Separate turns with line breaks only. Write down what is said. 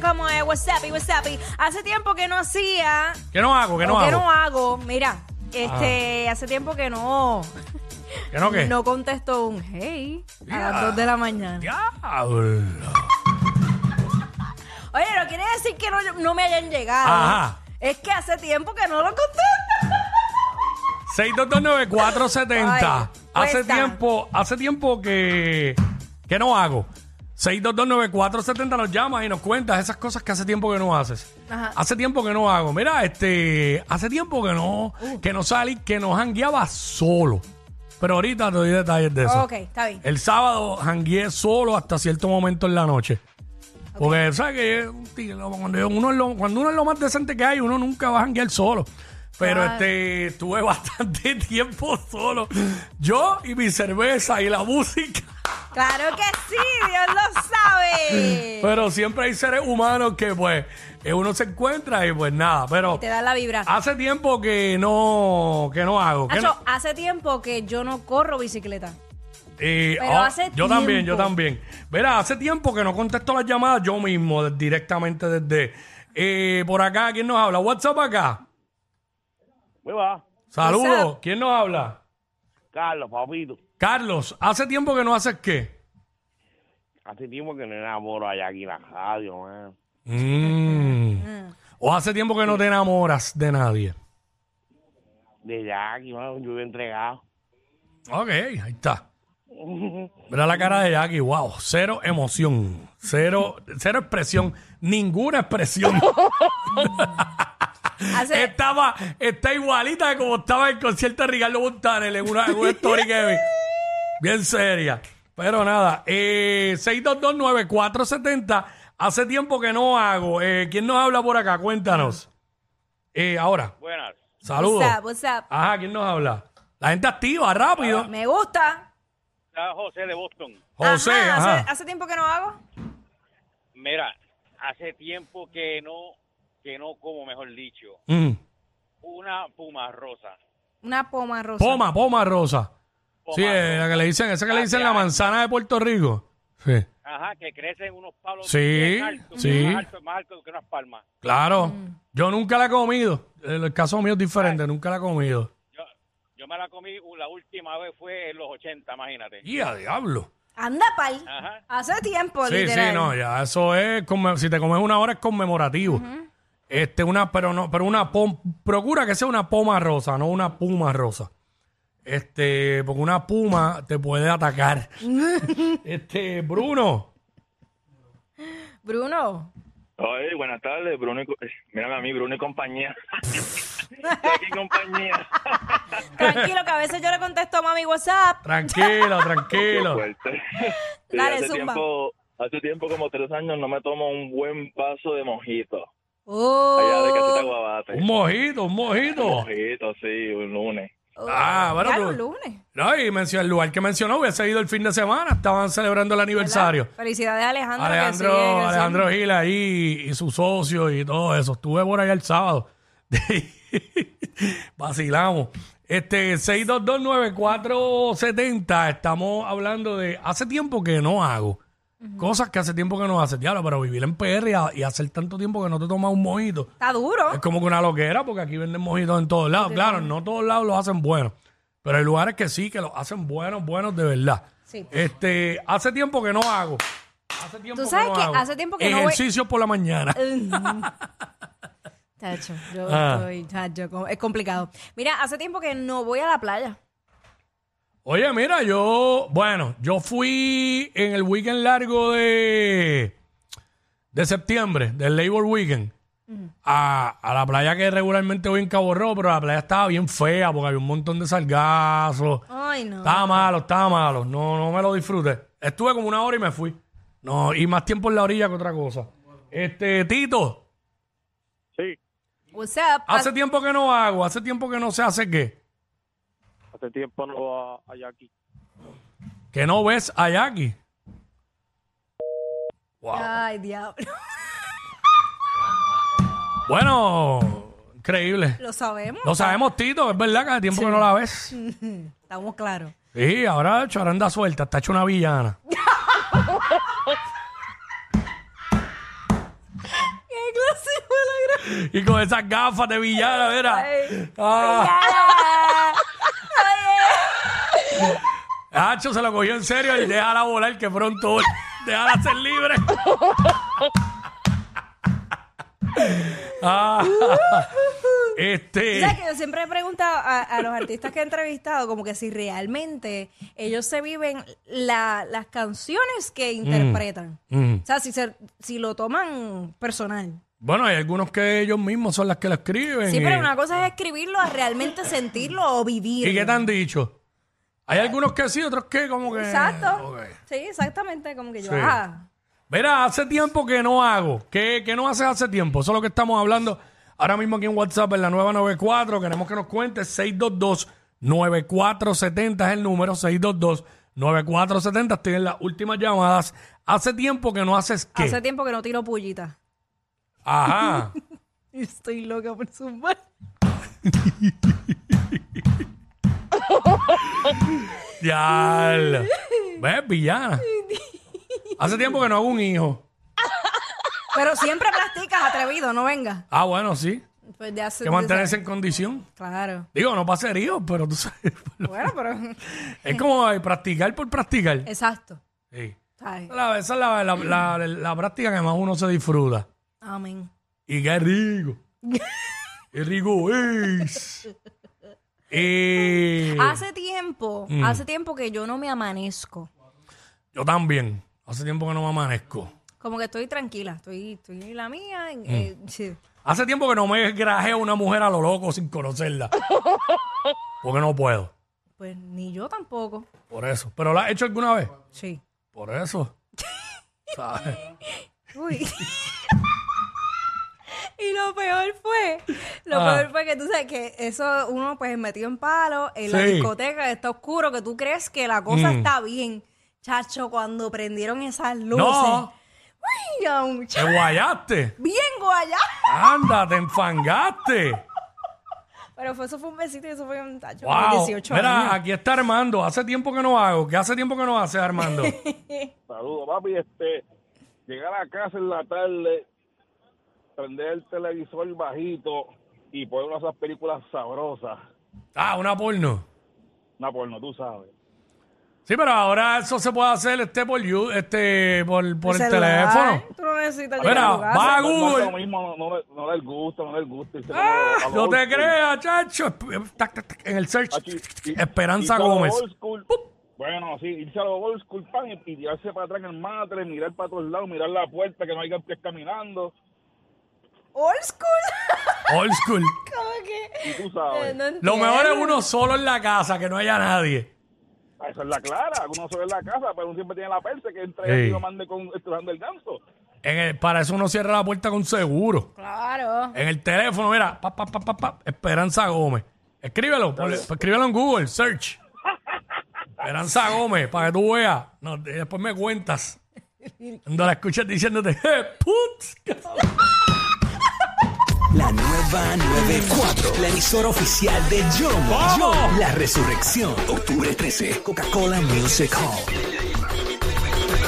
como es WhatsApp, WhatsApp. Hace tiempo que no hacía,
¿Qué no hago? ¿Qué no
o que
hago?
no hago, mira, este, hace tiempo que no,
¿Qué no qué?
no contesto un hey a
Ya.
las 2 de la mañana.
Diablo.
Oye, no quiere decir que no, no me hayan llegado.
Ajá.
Es que hace tiempo que no lo contesto.
6229470.
Ay,
Hace
cuesta.
tiempo, hace tiempo que, que no hago. 6229470 nos llamas y nos cuentas esas cosas que hace tiempo que no haces.
Ajá.
Hace tiempo que no hago. Mira, este, hace tiempo que no,
Uh.
que no salí, que no jangueaba solo. Pero ahorita te doy detalles de eso.
Ok, está bien.
El sábado jangueé solo hasta cierto momento en la noche. Porque, ¿sabes que yo- un tío, Cuando uno, es lo, cuando uno es lo más decente que hay, uno nunca va a janguear solo. Pero
Claro.
este estuve bastante tiempo solo. Yo y mi cerveza y la música.
Claro que sí, Dios lo sabe.
Pero siempre hay seres humanos que, pues, eh, uno se encuentra y, pues, nada. Pero
Te da la vibra.
hace tiempo que no, que no hago. que
Hacho,
ah, no-
hace tiempo que yo no corro bicicleta.
Eh,
Pero hace
yo también, yo
tiempo.
también. Verá, hace tiempo que no contesto las llamadas yo mismo, de- directamente desde. eh, por acá, ¿quién nos habla? WhatsApp acá.
Muy Pues va.
Saludos.
WhatsApp.
¿Quién nos habla?
Carlos, papito.
Carlos, ¿hace tiempo que no haces qué?
Hace tiempo que no enamoro allá aquí en la radio, man.
Mm. O hace tiempo que no te enamoras de nadie.
De Jackie, man, yo he entregado.
Ok, ahí está. Mira la cara de Jackie, wow, cero emoción, cero, cero expresión, ninguna expresión.
Hace,
Estaba, está igualita como estaba en el concierto de Ricardo Montaner en una, en una story que vi. Bien seria. Pero nada, eh, 6229470. Hace tiempo que no hago. Eh, ¿Quién nos habla por acá? Cuéntanos. Eh, ahora,
Buenas.
saludos.
What's up, what's up?
Ajá, ¿quién nos habla? La gente activa, rápido.
Me gusta.
Está José de Boston.
José, ajá.
Hace, hace tiempo que no hago.
Mira, hace tiempo que no, que no como, mejor dicho,
Mm.
una puma rosa.
Una poma rosa.
Poma, poma rosa.
Poma
sí, eh, la que le dicen, esa que le dicen la manzana de Puerto Rico. Sí.
Ajá, que crece en unos palos
Sí,
bien altos,
sí.
más altos más altos que unas palmas.
Claro. Yo nunca la he comido. El el caso mío es diferente, nunca la he comido.
Yo, yo me la comí, uh, la última vez fue en los 80, imagínate.
Y a diablo.
Anda, pal.
Ajá.
Hace tiempo,
Sí,
Pues literal.
sí, no, ya eso es, conme- si te comes una hora es conmemorativo. Este, una, pero no, pero una pom- procura que sea una poma rosa, no una puma rosa. Este, porque una puma te puede atacar. este, Bruno.
Bruno.
Oye, buenas tardes, Bruno. y co- eh, Mírame a mí, Bruno y compañía. Jackie y compañía.
Tranquilo, que a veces yo le contesto a mami WhatsApp.
Tranquilo, tranquilo.
Fuerte. Sí,
Dale,
hace
zumba.
tiempo, hace tiempo, como tres años, no me tomo un buen vaso de mojito. Allá de casita
Oh.
Guabate.
Un mojito, un mojito.
mojito, sí, un lunes.
Oh.
Ah, bueno,
Ya
tú-
los lunes.
No, y mencionó el lugar que mencionó, hubiese ido el fin de semana, estaban celebrando el aniversario.
Felicidades a Alejandro. que
Alejandro,
sigue creciendo.
Alejandro Gil ahí y su socio y todo eso. Estuve por allá el sábado. Vacilamos. Este 6229470 estamos hablando de hace tiempo que no hago. Cosas que hace tiempo que no haces, diablo, pero vivir en PR y, a- y hacer tanto tiempo que no te tomas un mojito.
Está duro.
Es como que una loquera, porque aquí venden mojitos en todos lados. Claro, no todos lados los hacen buenos. Pero hay lugares que sí, que los hacen buenos, buenos de verdad.
Sí.
Este, hace tiempo que no hago. Hace tiempo
Tú sabes
no
que
hago.
hace tiempo que no voy-
Ejercicios por la mañana.
Tacho, yo
Ah.
estoy- tacho, co- es complicado. Mira, hace tiempo que no voy a la playa.
Oye, mira, yo, bueno, yo fui en el weekend largo de, de septiembre, del Labor Weekend, a, a la playa que regularmente voy en Cabo Rojo, pero la playa estaba bien fea porque había un montón de salgazos.
Ay, no.
Estaba malo, estaba malo. No, no me lo disfruté. Estuve como una hora y me fui. No, y más tiempo en la orilla que otra cosa. Este, Tito,
Sí,
What's up?
hace tiempo que no hago, hace tiempo que no se hace qué.
hace tiempo no va a Jackie.
Que no ves a Jackie. Wow.
Ay, diablo.
Bueno, increíble.
Lo sabemos.
Lo sabemos, Tito, es verdad que hace tiempo que no la ves.
Estamos claros.
Sí, ahora charanda suelta, está hecho una villana. y con esas gafas de villana, verá.
Ay.
Ah,
Ah.
Hacho se lo cogió en serio y déjala volar que pronto déjala ser libre. Ah,
Tú
este.
sabes que yo siempre he preguntado a, a los artistas que he entrevistado como que si realmente ellos se viven la- las canciones que interpretan.
Mm.
O sea, si, se, si lo toman personal.
Bueno, hay algunos que ellos mismos son las que la escriben.
Sí,
y-
pero una cosa es escribirlo a realmente sentirlo o vivir.
¿Y qué te han dicho? Hay algunos que sí, otros que como que...
Exacto.
Ok.
Sí, exactamente. Como que yo,
Sí.
ah,
Mira, hace tiempo que no hago. ¿Qué, qué no haces hace tiempo? Eso es lo que estamos hablando ahora mismo aquí en WhatsApp en la nueva 94. Queremos que nos cuentes 622-9470 es el número. 622-9470. Tienen las últimas llamadas. Hace tiempo que no haces qué.
hace tiempo que no tiro pullita.
Ajá.
Estoy loca por zumbar.
ya. ¿Ves? Villana. Hace tiempo que no hago un hijo.
Pero siempre practicas, atrevido, no venga.
Ah, bueno, sí.
Pues de hace,
Que
de-
mantenerse en condición.
Claro.
Digo, no para ser hijo, pero tú sabes.
Bueno, pero.
Es como eh, practicar por practicar.
Exacto.
Sí.
¿sabes?
La- esa es la, la- la- la práctica que más uno se disfruta.
Amén.
Y qué rico. qué rico es. Eh,
Hace tiempo,
Mm.
hace tiempo que yo no me amanezco.
Yo también. Hace tiempo que no me amanezco.
Como que estoy tranquila, estoy, estoy en la mía.
Mm.
en- eh, sí.
Hace tiempo que no me grajeo a una mujer a lo loco sin conocerla. Porque no puedo.
Pues ni yo tampoco.
Por eso. ¿Pero la has hecho alguna vez?
Sí.
Por eso. ¿Sabes?
Uy. y lo peor fue, lo
Ah.
peor fue que tú sabes que eso uno pues metido en palo, en la
Sí.
discoteca está oscuro, que tú crees que la cosa
Mm.
está bien. Chacho, cuando prendieron esas luces.
No, Eh.
Ay, ya, muchacho,
te guayaste.
bien guayá.
Anda, te enfangaste.
Pero fue, eso fue un besito y eso fue un tacho. de
Wow.
18
Mira,
años.
aquí está Armando. Hace tiempo que no hago. ¿Qué hace tiempo que no hace Armando?
Saludos, papi. Este, llegar a casa en la tarde, prender el televisor bajito y poner una de esas películas sabrosas.
ah, una porno.
Una porno, tú sabes.
Sí, pero ahora eso se puede hacer este por you- este por, por el,
celular,
teléfono.
Tú no necesitas
Mira,
llegar a tu casa.
va a
No, no,
Google.
Lo mismo, no, no, le- no da el gusto, no da el gusto. irse como a lo
No
old
te
school.
creas, chacho. Esp- tac, tac, tac, En el search.
Aquí, y- irse
Esperanza
a lo
Gómez.
old school. Bueno, sí, irse a los old school, pan, y, y tirarse para atrás en el matre, mirar para todos lados, mirar la puerta, que no haya pies caminando.
Old school.
Old school.
Como que.
Tú sabes.
eh, no
Lo mejor es
entiendo.
uno solo en la casa, que no haya nadie.
Esa Ah, es la clara, uno solo en la casa, pero uno siempre tiene la perse que entra
Sí.
y lo mande con estrujando el ganso.
En el- para eso uno cierra la puerta con seguro.
Claro.
En el teléfono, mira, pa, pa, pa, pa, pa, Esperanza Gómez. Escríbelo, ponle- escríbelo en Google, search. Esperanza Gómez, para que tú veas. No, de- después me cuentas. Cuando la escuchas diciéndote, "Eh, put.
La nueva 94, la emisora oficial de Yomo.
¡Vamos!
Yomo. La resurrección, octubre 13, Coca-Cola Music Hall.